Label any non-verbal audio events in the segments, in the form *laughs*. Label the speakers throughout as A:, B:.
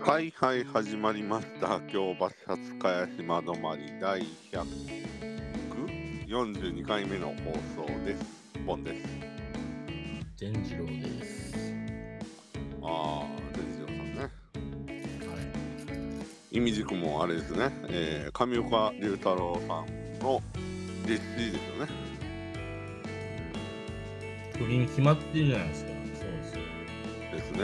A: はいはい始まりました京橋初茅島止まり第142回目の放送ですボンです
B: 善次郎です。
A: ああ善次郎さんね
B: は
A: 意味軸もあれですね、えー、上岡龍太郎さんの弟子ですよね
B: い。不倫決まってるじゃないですか。そうですよ。
A: ですね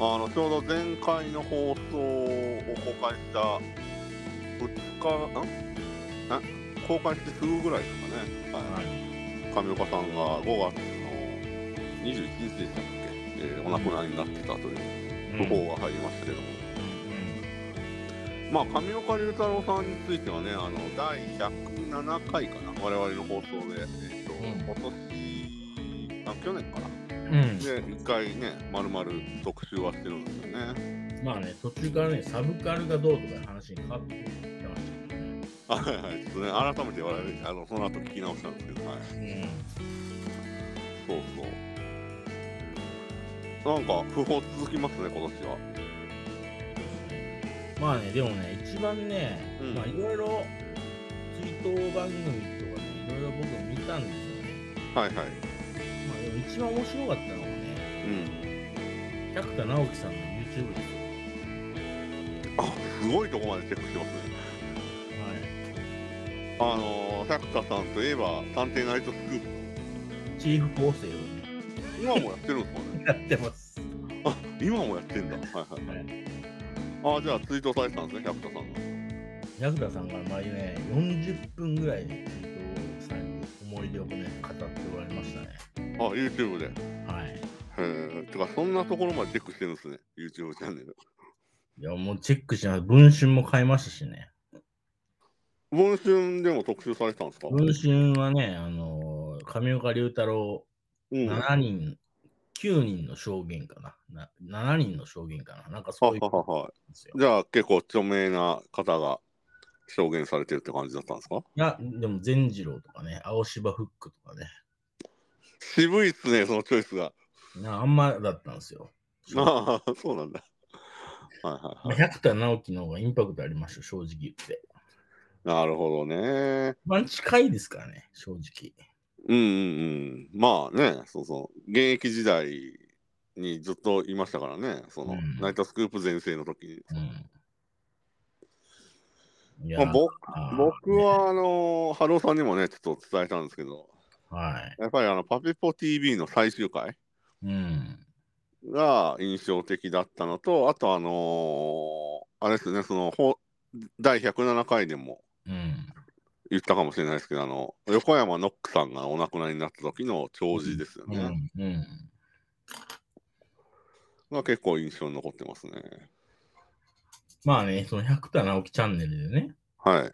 A: あのちょうど前回の放送を公開した2日んえ公開してすぐぐらいですかねはい
B: はい。
A: 上岡さんが5月の21日でしたっけ、えーお亡くなりになってたという訃
B: うん。
A: 報が入りましたけども、まあ上岡龍太郎さんについてはねあの第107回かな我々の放送で、えーと
B: う
A: 今
B: ん
A: 年あ去年かな
B: うん
A: で1回ね丸々特集はしてるんですよね
B: まあね、途中からね、サブカルがどうとかいう話に変わってきてましたけどね。
A: はいはいちょっとね改めて我々あのその後聞き直したんですけどはいそうそうなんか不法続きますね今年は
B: うん。まあね、でもね、一番ね、
A: うん
B: まあいろいろ追悼番組とかね、いろいろ僕見たんですよね。
A: はいはい
B: まあでも一番面白かったのは
A: う
B: ね、
A: ん
B: 百田直樹さんの YouTube ですよ。
A: あすごいとこまでチェックしてますね。
B: は
A: あ
B: い。
A: のー、百田さんといえば、探偵ナイトスクープ。
B: チーフ構成を
A: 今もやってるんですかね。
B: やってます。
A: あ、今もやってんだ。はいはい。あ、じゃあ、ツイートされてたんですね、百田さんが。
B: ヤクダさんが前にね、40分ぐらいで、ツイートをされて、思い出をね、語っておられましたね。
A: あ、YouTube で。へ
B: はい。
A: え。てか、そんなところまでチェックしてるんですね、YouTube チャンネル。
B: いや、もうチェックしながら、文春も買いましたしね。
A: 文春でも特集されてたんですか
B: 文春はね、あのー上岡龍太郎、
A: うん。は
B: 7人、9人の証言かなな。7人の証言かな。なんかそういう
A: は
B: こ
A: は
B: と
A: は
B: ですよ
A: い。。じゃあ、結構著名な方が証言されてるって感じだったんですか
B: いや、でも善次郎とかね、青芝フックとかね、
A: 渋いっすね、そのチョイスが。
B: なあんまだったんですよ。
A: ああ、 *laughs* そうなんだ。はいはいはい。
B: 百田直樹の方がインパクトありました、正直言って。
A: なるほどね。
B: 一番近いですからね、正直。
A: うんうんうん。まあね、そうそう。現役時代にずっといましたからね、その、
B: うん
A: ナイトスクープ全盛の時に。
B: うんいや
A: まあ、僕
B: あー
A: 僕は、あのー、ハローさんにもね、ちょっと伝えたんですけど、
B: はい。
A: やっぱりあの、パピポ TV の最終回
B: うん。
A: が印象的だったのと、あとあのーあれですね、その、ほ第107回でも
B: うん。
A: 言ったかもしれないですけど、あの、横山ノックさんがお亡くなりになった時の弔辞ですよ
B: う
A: ね。
B: ん。うん。
A: が結構印象に残ってますね。
B: まあね、その百田直樹チャンネルでね、
A: はい。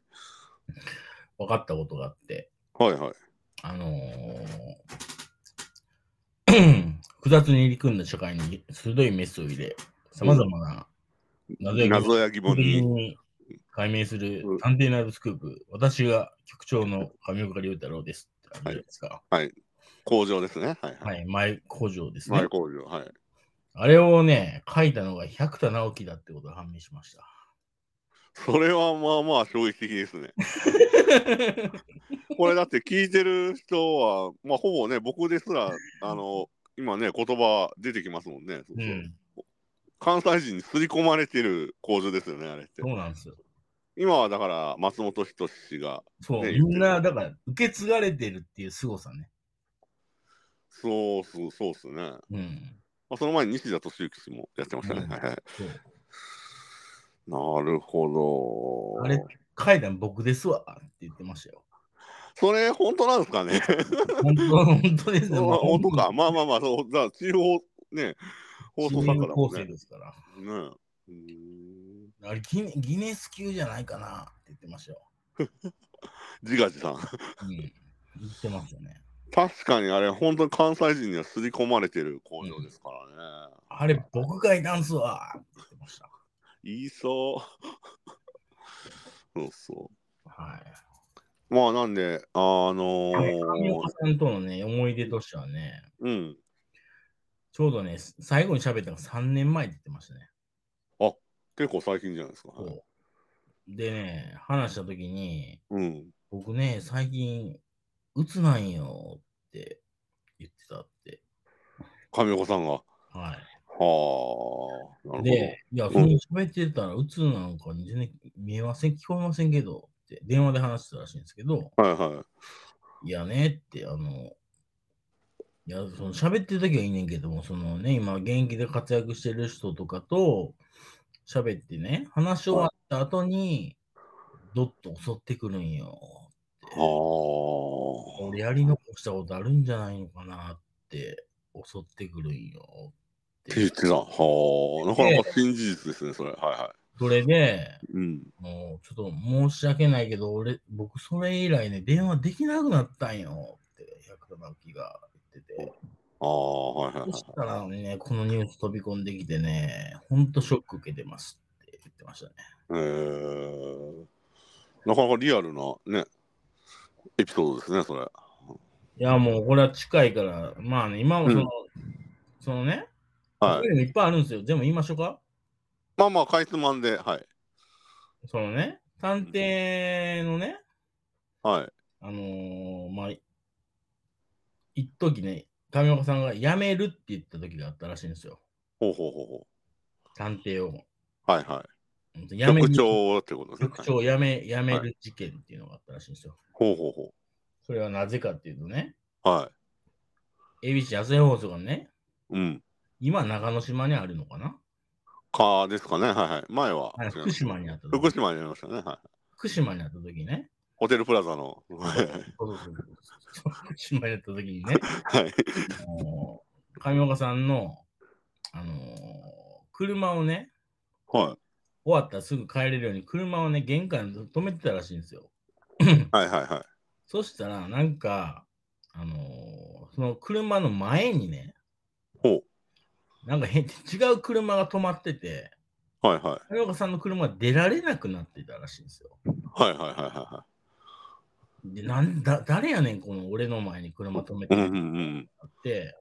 B: 分かったことがあって、
A: はいはい。
B: あのー *clears throat* 複雑に入り組んだ社会に鋭いメスを入れ、さまざまな謎や
A: 謎や疑問に。
B: に解明する探偵ナイブスクープ、私が局長の上岡龍太郎ですってあるじゃないですか。
A: 工場ですね。はいは。
B: はいい、前工場ですね。
A: 前工場。はい。
B: あれをね、書いたのが百田直樹だってことが判明しました。
A: *laughs* それはまあまあ衝撃的ですね。これだって聞いてる人は、まあほぼね、僕ですら、あの、今ね、言葉出てきますもんね。そう
B: う、
A: そうん関西人に刷り込まれてる工場ですよね、あれって
B: そ。うなんですよ。今
A: 今はだから、松本人志が、
B: そう、
A: ね
B: みんな、だから、受け継がれてるっていう凄さね。
A: そうそう、そうっすね。
B: うん。
A: まあ、その前に西田敏行氏もやってましたね。
B: うん
A: はいはい。
B: そう
A: なるほど。
B: あれ書いたの僕ですわって言ってましたよ。
A: それ、本当なんです
B: *laughs*
A: かね。
B: 本当、本当です
A: まあ
B: よ。
A: 本当か。まあまあまあ、そう、だから地方、ね、放送
B: 放
A: 作家
B: 送
A: だも
B: 構
A: ん
B: 成
A: ね。
B: ですから。
A: ねうーん
B: あれギネ、ギネス級じゃないかなって言ってましたよ。
A: 自画自賛。
B: うん。言ってましたね。
A: 確かにあれ、本当に関西人には刷り込まれてる工場ですからね。
B: あれ、僕がいたんすわって言ってました。
A: 言いそう。 *laughs* そうそ
B: はい。
A: う。まあ、なんで、あの
B: 神
A: ー
B: 岡、さんとのね、思い出としてはね、
A: うん。
B: ちょうどね、最後に喋ったのが3年前って言ってましたね。
A: あ、結構最近じゃないですか。はい
B: そうでね、話したときに、
A: うん。
B: 僕ね、最近、うつなんよって言ってたって。
A: 神岡さんが。はあ。
B: は。
A: ないるほど
B: で、いや、それ喋ってたら、うつなんか全然見えません、聞こえませんけど、って電話で話してたらしいんですけど、。
A: はいはい
B: やねって、あの、いや、その喋ってる時はいいねんけども、そのね、今、現役で活躍してる人とかと喋ってね、話し終わった後に、どっと襲ってくるんよ。
A: い。は
B: 俺やり残したことあるんじゃないのかなって、襲ってくるんよ。
A: あ。って言ってた。はあ。なかなか新事実ですね、それ。はいは
B: それで、
A: い。うん。
B: もうちょっと申し訳ないけど、俺、僕それ以来ね、電話できなくなったんよって、百田直樹が言ってて。
A: ああ、はいはいはい
B: そしたらね、このニュース飛び込んできてね、ほんとショック受けてますって言ってましたね。。
A: えー、なかなかリアルなね、エピソードですね、それ。
B: いや、もうこれは近いから、まあね、今もその、そのね、、
A: はいい。
B: いっぱいあるんですよ。全部言いましょうか。
A: まあまあ、かいつまんで、はい。
B: そのね、探偵のね、
A: はい。
B: あのーまあ、一時ね、上岡さんが辞めるって言った時があったらしいんですよ。
A: ほうほうほうほ
B: 探偵を。
A: う。はいは
B: 辞
A: い。
B: め
A: 局
B: る
A: 長ってことですね。
B: 局
A: はい
B: 長を辞め辞める事件っていうのがあったらしいんですよ。
A: ほうほうほ
B: それはなぜかっていうとね、
A: う。は
B: ABC 朝日放送がね、
A: い。うん。
B: 今長野島にあるのかな、
A: かですかね。はいはい。前は。
B: は
A: 違
B: い、
A: う
B: 福島にあった
A: 福
B: 時
A: 島にありましたね。はい。
B: 福島にあった時ね。
A: ホテルプラザ *laughs* の。はい
B: そうそうそう福島にあった時にね、
A: はい。
B: あのー上岡さんの、あのー車をね、
A: はい。
B: 終わったらすぐ帰れるように車をね、玄関に止めてたらしいんですよ。
A: はいはいはい。
B: そしたら、なんか、あのーその車の前にね、
A: ほ
B: なんか変違う車が止まってて、
A: う。はいはい。
B: 上岡さんの車が出られなくなってたらしいんですよ。
A: はいはいはいは
B: で、なんだ、誰やねん、この俺の前に車止め
A: い。
B: て
A: うんう
B: っ
A: んうん。
B: て。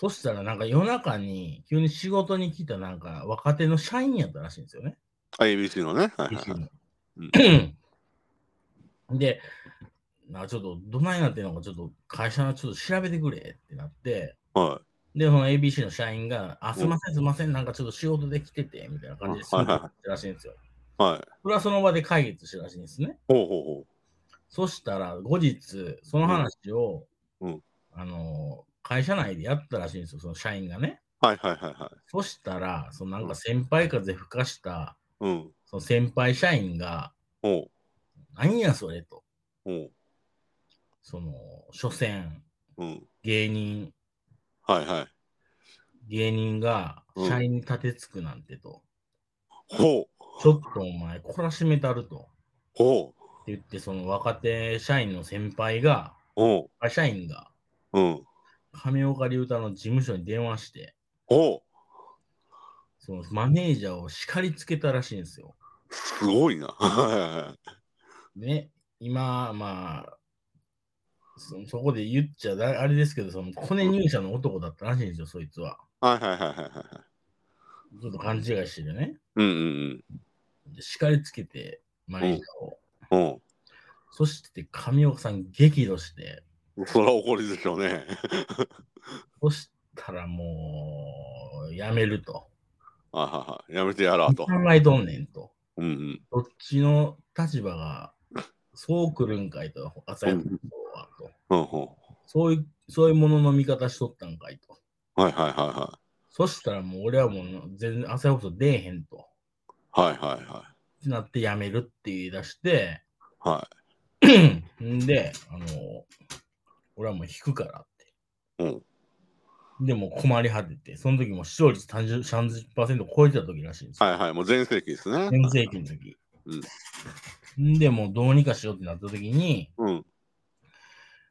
B: そしたら、なんか夜中に、急に仕事に来た、なんか若手の社員やったらしいんですよね。
A: ABC のね。はいはい
B: 一
A: は
B: 緒
A: い。
B: に
A: うん
B: *clears throat* で、なちょっと、どないなってんのか、ちょっと会社のちょっと調べてくれってなって、
A: は
B: で、その ABC の社員が、あ、すいません、すいません、なんかちょっと仕事で来てて、みたいな感じで、す
A: はい
B: ません
A: は
B: っ
A: い
B: てらしいんですよ。
A: い。はい。
B: それはその場で解決したらしいんですね。
A: ほうほうほ
B: そしたら、後日、その話を、
A: うんうん
B: あのー会社内でやったらしいんですよ、その社員がね。
A: う。はいはいはいはい。
B: そしたら、そのなんか先輩風吹かした、
A: うん。
B: その先輩社員が、
A: ほ
B: 何やそれと、
A: う。ほ
B: その、所詮、
A: う。うん。
B: 芸人、
A: はいはい。
B: 芸人が
A: うん
B: 社員に立てつくなんてと、
A: ほう。
B: ちょっとお前、懲らしめたると、
A: ほう。
B: って言って、その若手社員の先輩が、
A: ほ
B: あ社員が、
A: う。うん。
B: 亀岡龍太の事務所に電話して、
A: ほう。
B: そのマネージャーを叱りつけたらしいんですよ。
A: すごいな。はいはいはい。
B: ね、今、まあ、そそこで言っちゃだあれですけど、そのコネ入社の男だったらしいんですよ、そいつは。
A: はいはいはいはいはいはい。
B: ちょっと勘違いしてるね。
A: うんうん
B: で叱りつけて、マネージャーを。
A: うん。
B: そして、上岡さん激怒して、
A: うん。それは怒りでしょうね。 *laughs*
B: そしたらもう、やめると。
A: はいはいはい。やめてやらと。
B: 考えとんねんと。
A: うんうん。
B: どっちの立場が、そう来るんかいと、朝やはと。
A: うんほ
B: そういう、そういうものの見方しとったんかいと。
A: う。はいはいは
B: そしたらもう俺はもう全然朝こそ出えへんと。っ
A: いはい。はいはいは
B: てなって辞めるって言い出して、
A: い。は
B: んで、あの、俺はもう引くからって。
A: い。うん。
B: で、もう困り果てて、その時もう視聴率30 30%超えてた時らしいんですよ。
A: はいはい。もう全盛期ですね。
B: 全盛期の時。んで、もうどうにかしようってなった時に、
A: うん。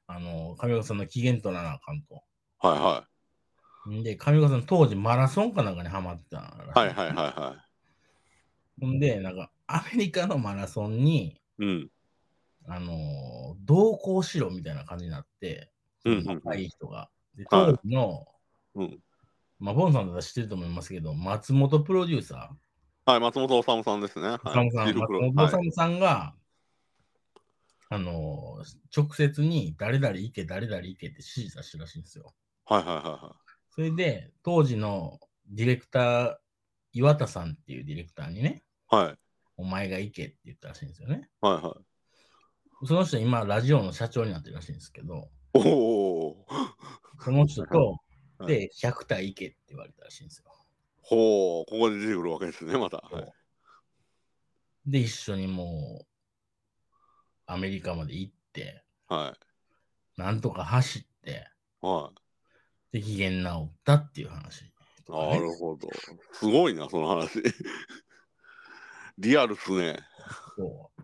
B: あの、上岡さんの機嫌取らなあかんと。
A: はいは
B: んで、上岡さん当時マラソンかなんかにハマってたらしい
A: い。はいはいはいは
B: ほんで、なんかアメリカのマラソンに、
A: い。うん。
B: あのー同行しろみたいな感じになって、
A: うんうんうん
B: 若い人が。で、
A: は
B: 当
A: い
B: 時の、
A: うん。
B: まあ、ボンさんだったら知ってると思いますけど、松本プロデューサ
A: はい、松本修さんですね。はい、
B: サムさん、
A: シル
B: 松
A: クロ
B: 本
A: はい
B: 修さんが、あの、直接に誰々行け、誰々行けって指示出したらしいんですよ。
A: はいはいはいは
B: それで、当時のディレクター、岩田さんっていうディレクターにね、
A: い。はい
B: お前が行けって言ったらしいんですよね。
A: はいはい。
B: その人、今、ラジオの社長になってるらしいんですけど、
A: おお。
B: その人と、
A: はい
B: で、100体行けって言われたらしいんですよ。
A: ほう、ここで出てくるわけですね、また。はい、
B: で、一緒にもう、アメリカまで行って、
A: はい。
B: なんとか走って、
A: は
B: で、機嫌治ったっていう話
A: い。
B: とかね、
A: なるほど。すごいな、その話。リアルっすね。
B: そう
A: そう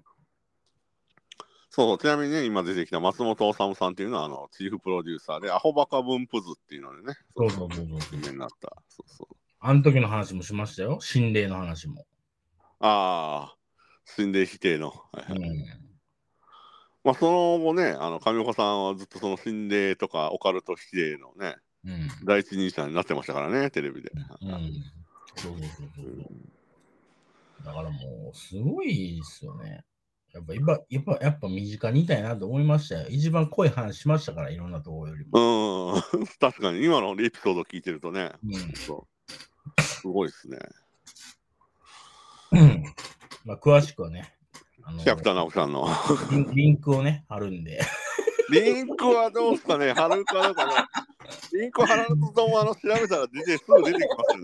A: そう、ちなみにね、今出てきた松本修さんっていうのは、あの、チーフプロデューサーで、アホバカ分布図っていうのでね、
B: そうそうそうそう。
A: 有名になった。そうそう。
B: あの時の話もしましたよ。心霊の話も。
A: ああ、心霊否定の。はいは
B: う
A: い
B: ん。
A: まあ、その後ね、あの、上岡さんはずっとその心霊とかオカルト否定のね、
B: うん。
A: 第一人者になってましたからね、テレビで。
B: うん。そうそうそうそう。だからもう、すごいですよね。やっぱ、今やっぱ、やっぱ身近にいたいなと思いましたよ。一番濃い話しましたから、いろんなところより
A: う
B: も。
A: ん、 *laughs* 確かに、今のエピソード聞いてるとね、
B: うん。
A: そうすごいですね。
B: うんまあ、詳しくはね、あの
A: 百田直樹さんの。 *laughs*
B: リンリンクをね、貼るんで、
A: リンクはどうですかね貼るかどうかね。リンク貼らずともあの調べたら出てすぐ出てきます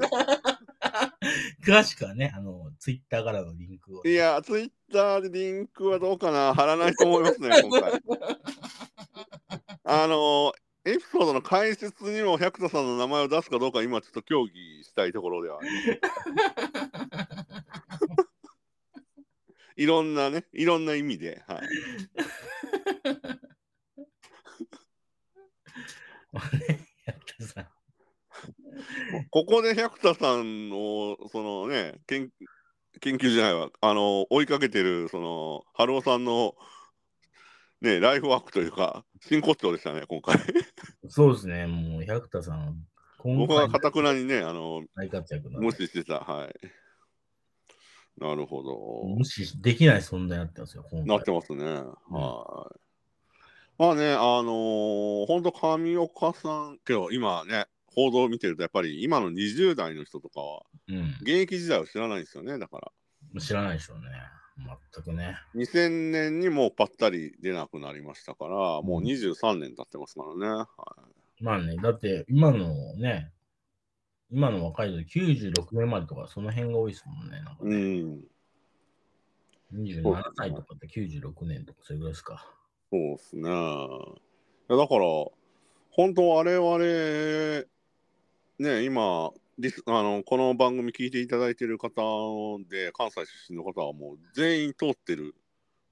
A: よ
B: 詳しくはね、あの、ツイッターからのリンクを、
A: ね。いや、ツイッターでリンクはどうかな貼らないと思いますね、今回。あのエピソードの解説にも百田さんの名前を出すかどうか今ちょっと協議したいところではあります。いろんなね、いろんな意味で。はい
B: やってさ、
A: ここで百田さんをそのね研研究じゃないわあの追いかけてるその春尾さんのねライフワークというか真骨頂でしたね今回
B: そうですね、もう、百田さん、今
A: 僕はか
B: 回
A: たくなにねあの
B: 大活躍なんで
A: 無視してたはいなるほど
B: 無視できない存在になってますよ、今
A: な
B: 回
A: ってますねはいまあねあのー、ほんと上岡さんけど今ね報道を見てるとやっぱり今の20代の人とかは
B: うん
A: 現役時代を知らないんですよねだから。
B: 知らないでしょうね、全くね。
A: 2000年にもうぱったり出なくなりましたから、もう23年経ってますからね。は
B: まあね、だって、今のね、今の若い人、96年までとか、その辺が多いですもんね、なんか
A: い、うん、
B: 27歳とかって96年とか、それぐらいですか。
A: そうですね。いやだから、本当我々、ね、今リスあの、この番組聞いていただいてる方で、関西出身の方はもう全員通ってる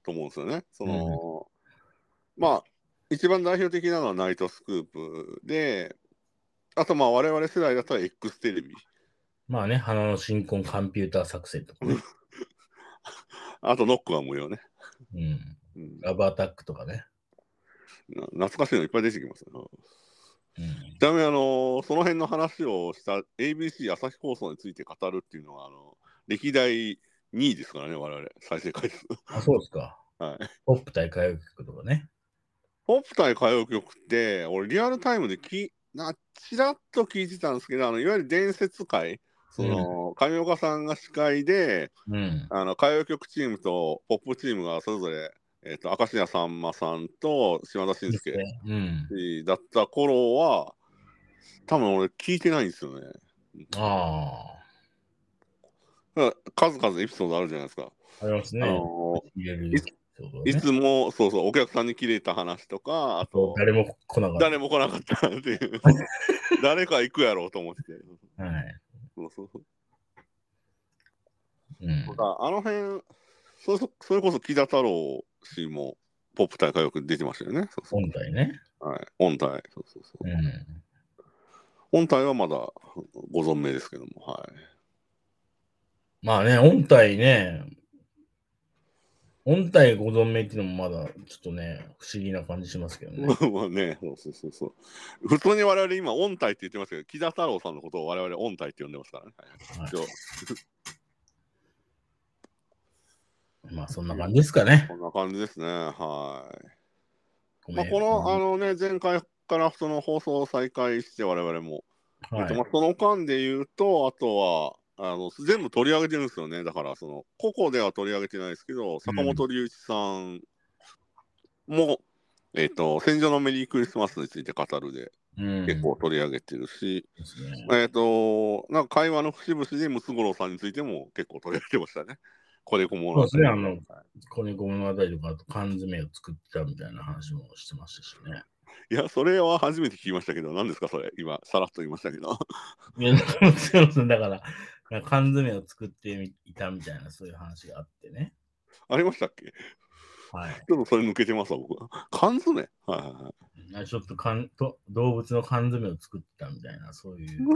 A: と思うんですよね。その、まあ、一番代表的なのはナイトスクープで、あとまあ我々世代だったら X テレビ。
B: まあね、花の新婚コンピューター作成とかね、
A: あとノックは無料ね。
B: うん、
A: うん
B: ラブアタックとかね。
A: な懐かしいのいっぱい出てきますよ。
B: うん
A: ちなみに、あのその辺の話をした ABC 朝日放送について語るっていうのは、あの歴代2位ですからね、我々、再生回数。 *laughs*
B: あそうですか。
A: はい、
B: ポップ対歌謡曲とかね。
A: ポップ対歌謡曲って、俺、リアルタイムできなちらっと聞いてたんですけど、あのいわゆる伝説会、その上岡さんが司会で、
B: うん。
A: あの歌謡曲チームとポップチームがそれぞれ、えっと明石家さんまさんと島田
B: い
A: 紳
B: いっす
A: 介。
B: ねうん。
A: だった頃は、多分俺聞いてないんですよね。
B: あ
A: だから数々エピソードあるじゃないですか。
B: あ。あります
A: あ
B: ね。
A: の
B: 入れる
A: いつ
B: そうだね
A: いつも、そうそう、お客さんに切れた話とか、あと、
B: 誰も来なかった。
A: 誰も来なかったって
B: *laughs*
A: いう、誰か行くやろうと思って。
B: はい。
A: そうそうそう
B: うん
A: だか。らあの辺そうそう、それこそ木田太郎氏も、ポップ大会よく出てましたよね。そうそう
B: 本体ね。。
A: はい、音体。そうそうそううん音体はまだご存命ですけども、はい。
B: まあね、音体ね。音体ご存命っていうのもまだちょっとね、不思議な感じしますけどね。
A: まあ *laughs* ね、そうそうそうそう。普通に我々今、音体って言ってますけど、木田太郎さんのことを我々音体って呼んでますからね。
B: はい
A: 一応
B: まあそんな感じですかね。
A: こんな感じですね。はい。
B: ご
A: ま
B: め
A: あ、
B: ん
A: このあの、ね、前回からその放送を再開して、我々も。
B: は
A: ま
B: い
A: あ、その間で言うと、あとはあの全部取り上げてるんですよね、だからその、個々では取り上げてないですけど、坂本龍一さんも、えっと戦場のメリークリスマスについて語るで、
B: うん、
A: 結構取り上げてるし、
B: ですね。
A: えっとなんか会話の節々でムツゴロウさんについても結構取り上げてましたね、これこも
B: そうですねあの子猫物語とか、あと缶詰を作ってたみたいな話もしてましたしね。
A: いや、それは初めて聞きましたけど、何ですか、それ、今、さらっと言いましたけど。
B: *laughs*
A: *laughs*
B: いや、そうそうだから、なんか缶詰を作っていたみたいな、そういう話があってね。
A: ありましたっけ
B: はい。
A: ちょっとそれ抜けてますわ、僕。缶詰はいはいはい。
B: あちょっとかんと動物の缶詰を作ってたみたいな、そういう。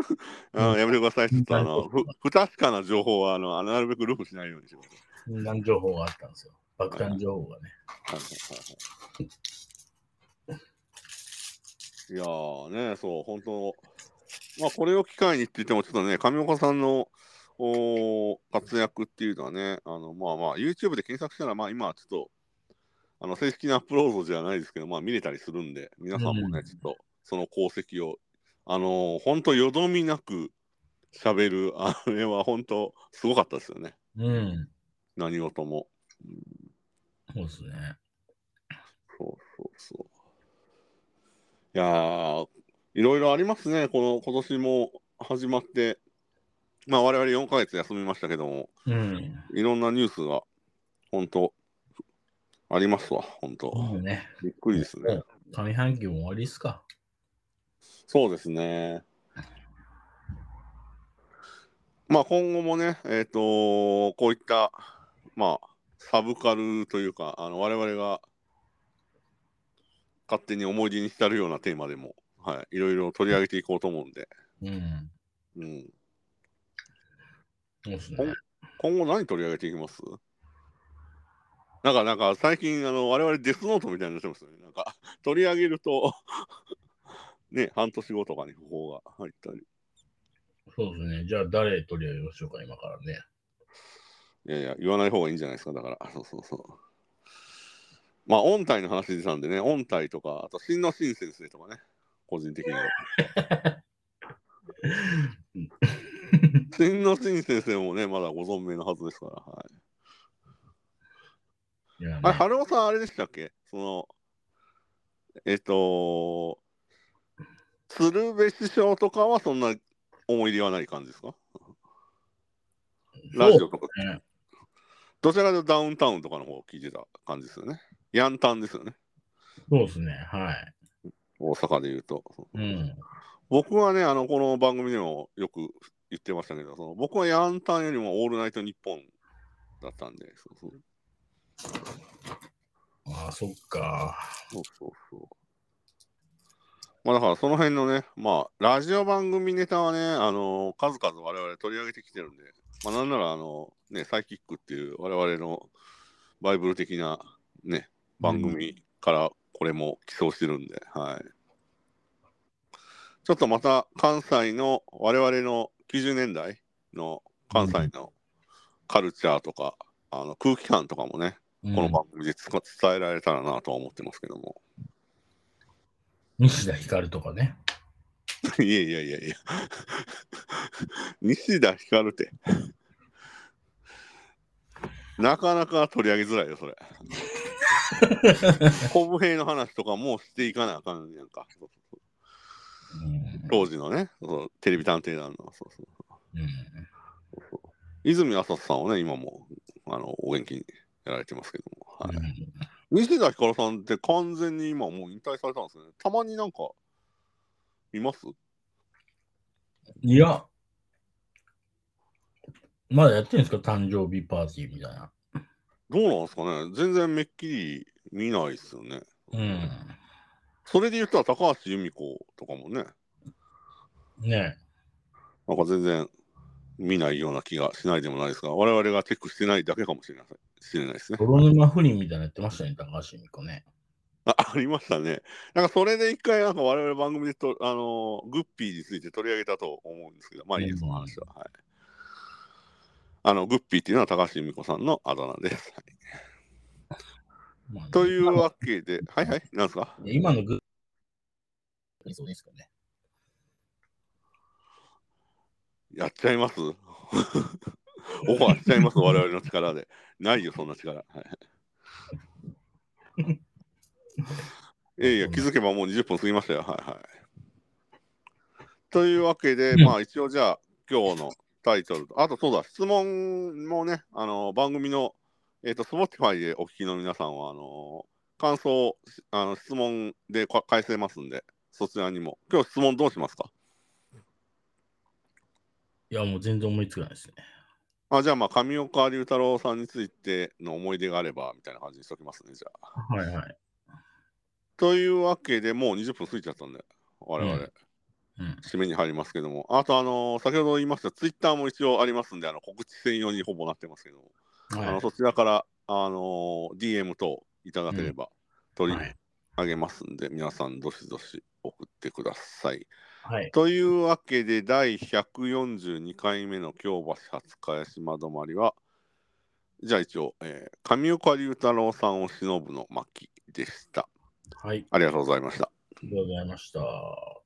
A: あやめてください。ちょっとあの、
B: うん
A: ふ不確かな情報はあのあのなるべくルフしないようにしてくだ
B: 禁断情報があったんですよ。爆弾情報がね。
A: さい。はいはいはいはい、いやーね、そう、本当、まあ、これを機会にって言っても、ちょっとね、上岡さんのおー活躍っていうのはね、あのまあまあ、YouTube で検索したら、まあ今はちょっと、あの正式なアップロードじゃないですけど、まあ見れたりするんで、皆さんもね、
B: うん
A: ちょっとその功績を、あのー、本当、よどみなく喋る、あれは本当、すごかったですよね、
B: うん。
A: 何事も。
B: そうですね。
A: そうそうそう。いやー、いろいろありますね、この今年も始まって、まあ我々4ヶ月休みましたけども、
B: うん。
A: いろんなニュースが本当ありますわ、本当、
B: もうね、
A: びっくりですね。
B: うん上半期も終わりですか。
A: そうですね。まあ今後もね、えっ、とこういった、まあ、サブカルというか、あの我々が勝手に思い出に浸るようなテーマでも、はい、いろいろ取り上げていこうと思うんで、
B: うん。
A: うん、
B: そうですね。
A: 今後何取り上げていきますなんか、なんか最近、あの我々デスノートみたいになってますよね。なんか、取り上げると、 *laughs* ね、半年後とかに訃報が入ったり。
B: そうですね。じゃあ誰取り上げましょうか、今からね。
A: いやいや、言わない方がいいんじゃないですか、だから。 *laughs* そうそうそう。まあ、音体の話でしたんでね、音体とか、あと、新之進先生とかね、個人的には。新之進先生もね、まだご存命のはずですから。はい、
B: いやね
A: あれ、春尾さん、あれでしたっけその、えっと、鶴瓶師匠とかはそんな思い入れはない感じですかラジオとか。
B: そうね
A: どちらかというとダウンタウンとかの方を聞いてた感じですよね。ヤンタンですよね。
B: そうですね。はい。
A: 大阪で言うと。
B: うん。
A: 僕はね、あの、この番組でもよく言ってましたけど、その僕はヤンタンよりもオールナイトニッポンだったんで、そうそう
B: ああ、そっか。
A: そうそうそう。まあだからその辺のね、まあ、ラジオ番組ネタはね、あの数々我々取り上げてきてるんで、まあなんなら、あのね、サイキックっていう我々のバイブル的なね、番組からこれも寄贈してるんで、はい。ちょっとまた関西の我々の90年代の関西のカルチャーとか、あの空気感とかもね、
B: うん
A: この番組でつか伝えられたらなとは思ってますけども。
B: 西田ひかるとかね。
A: いやいやいやいや。西田ひかるって。なかなか取り上げづらいよ、
B: *laughs*
A: それ。コブ兵の話とかもしていかなあかんやんか。
B: うん
A: 当時のね、そうテレビ探偵団の。そうそう
B: うん
A: 泉浅さんはね、今もあのお元気にやられてますけども。はい
B: うん
A: 西田ひかるさんって完全に今もう引退されたんですよね。たまになんか、います
B: いや、まだやってるんですか誕生日パーティーみたいな。
A: どうなんですかね全然めっきり見ないですよね。
B: うん。
A: それで言ったら高橋由美子とかもね、
B: ね
A: なんか全然見ないような気がしないでもないですが、我々がチェックしてないだけかもしれないしれないですね。
B: 泥沼不倫みたいなのやってましたね、高橋由美子ね。
A: あありましたね。なんかそれで一回、なんか我々番組でと、あのーグッピーについて取り上げたと思うんですけど、まあいいです、
B: うん
A: その話は。はい。あの、グッピーっていうのは高橋由美子さんのあだ名です。はい
B: まあね
A: というわけで、はいはい、なんですか
B: 今のグそうですかね。
A: やっちゃいます *laughs* オファーしちゃいます、我々の力で。ないよ、そんな力。
B: *laughs*
A: はい、いやいや、気づけばもう20分過ぎましたよ。はいはい。というわけで、
B: うん
A: まあ一応じゃあ、今日のタイトルと、あとそうだ、質問もね、あの番組の、えっ、と、Spotify でお聞きの皆さんは、あの感想、あの質問でか返せますんで、そちらにも。今日質問どうしますか
B: いや、もう全然思いつかないですね。
A: あじゃあまあ上岡龍太郎さんについての思い出があればみたいな感じにしときますねじゃあ。
B: はいはい。
A: というわけでもう20分過ぎちゃったんで我々、
B: うんうん、
A: 締めに入りますけどもあとあのー先ほど言いましたツイッターも一応ありますんであの告知専用にほぼなってますけども、あ
B: は
A: のそちらからあのー DM 等いただければ
B: い。
A: 取り
B: はい。
A: 上げますんで、皆さんどしどし送ってください。
B: はい、
A: というわけで第142回目の京橋初茅島止まりはじゃあ一応、えー上岡龍太郎さんを忍ぶの巻でした
B: はい。
A: ありがとうございました
B: ありがとうございました。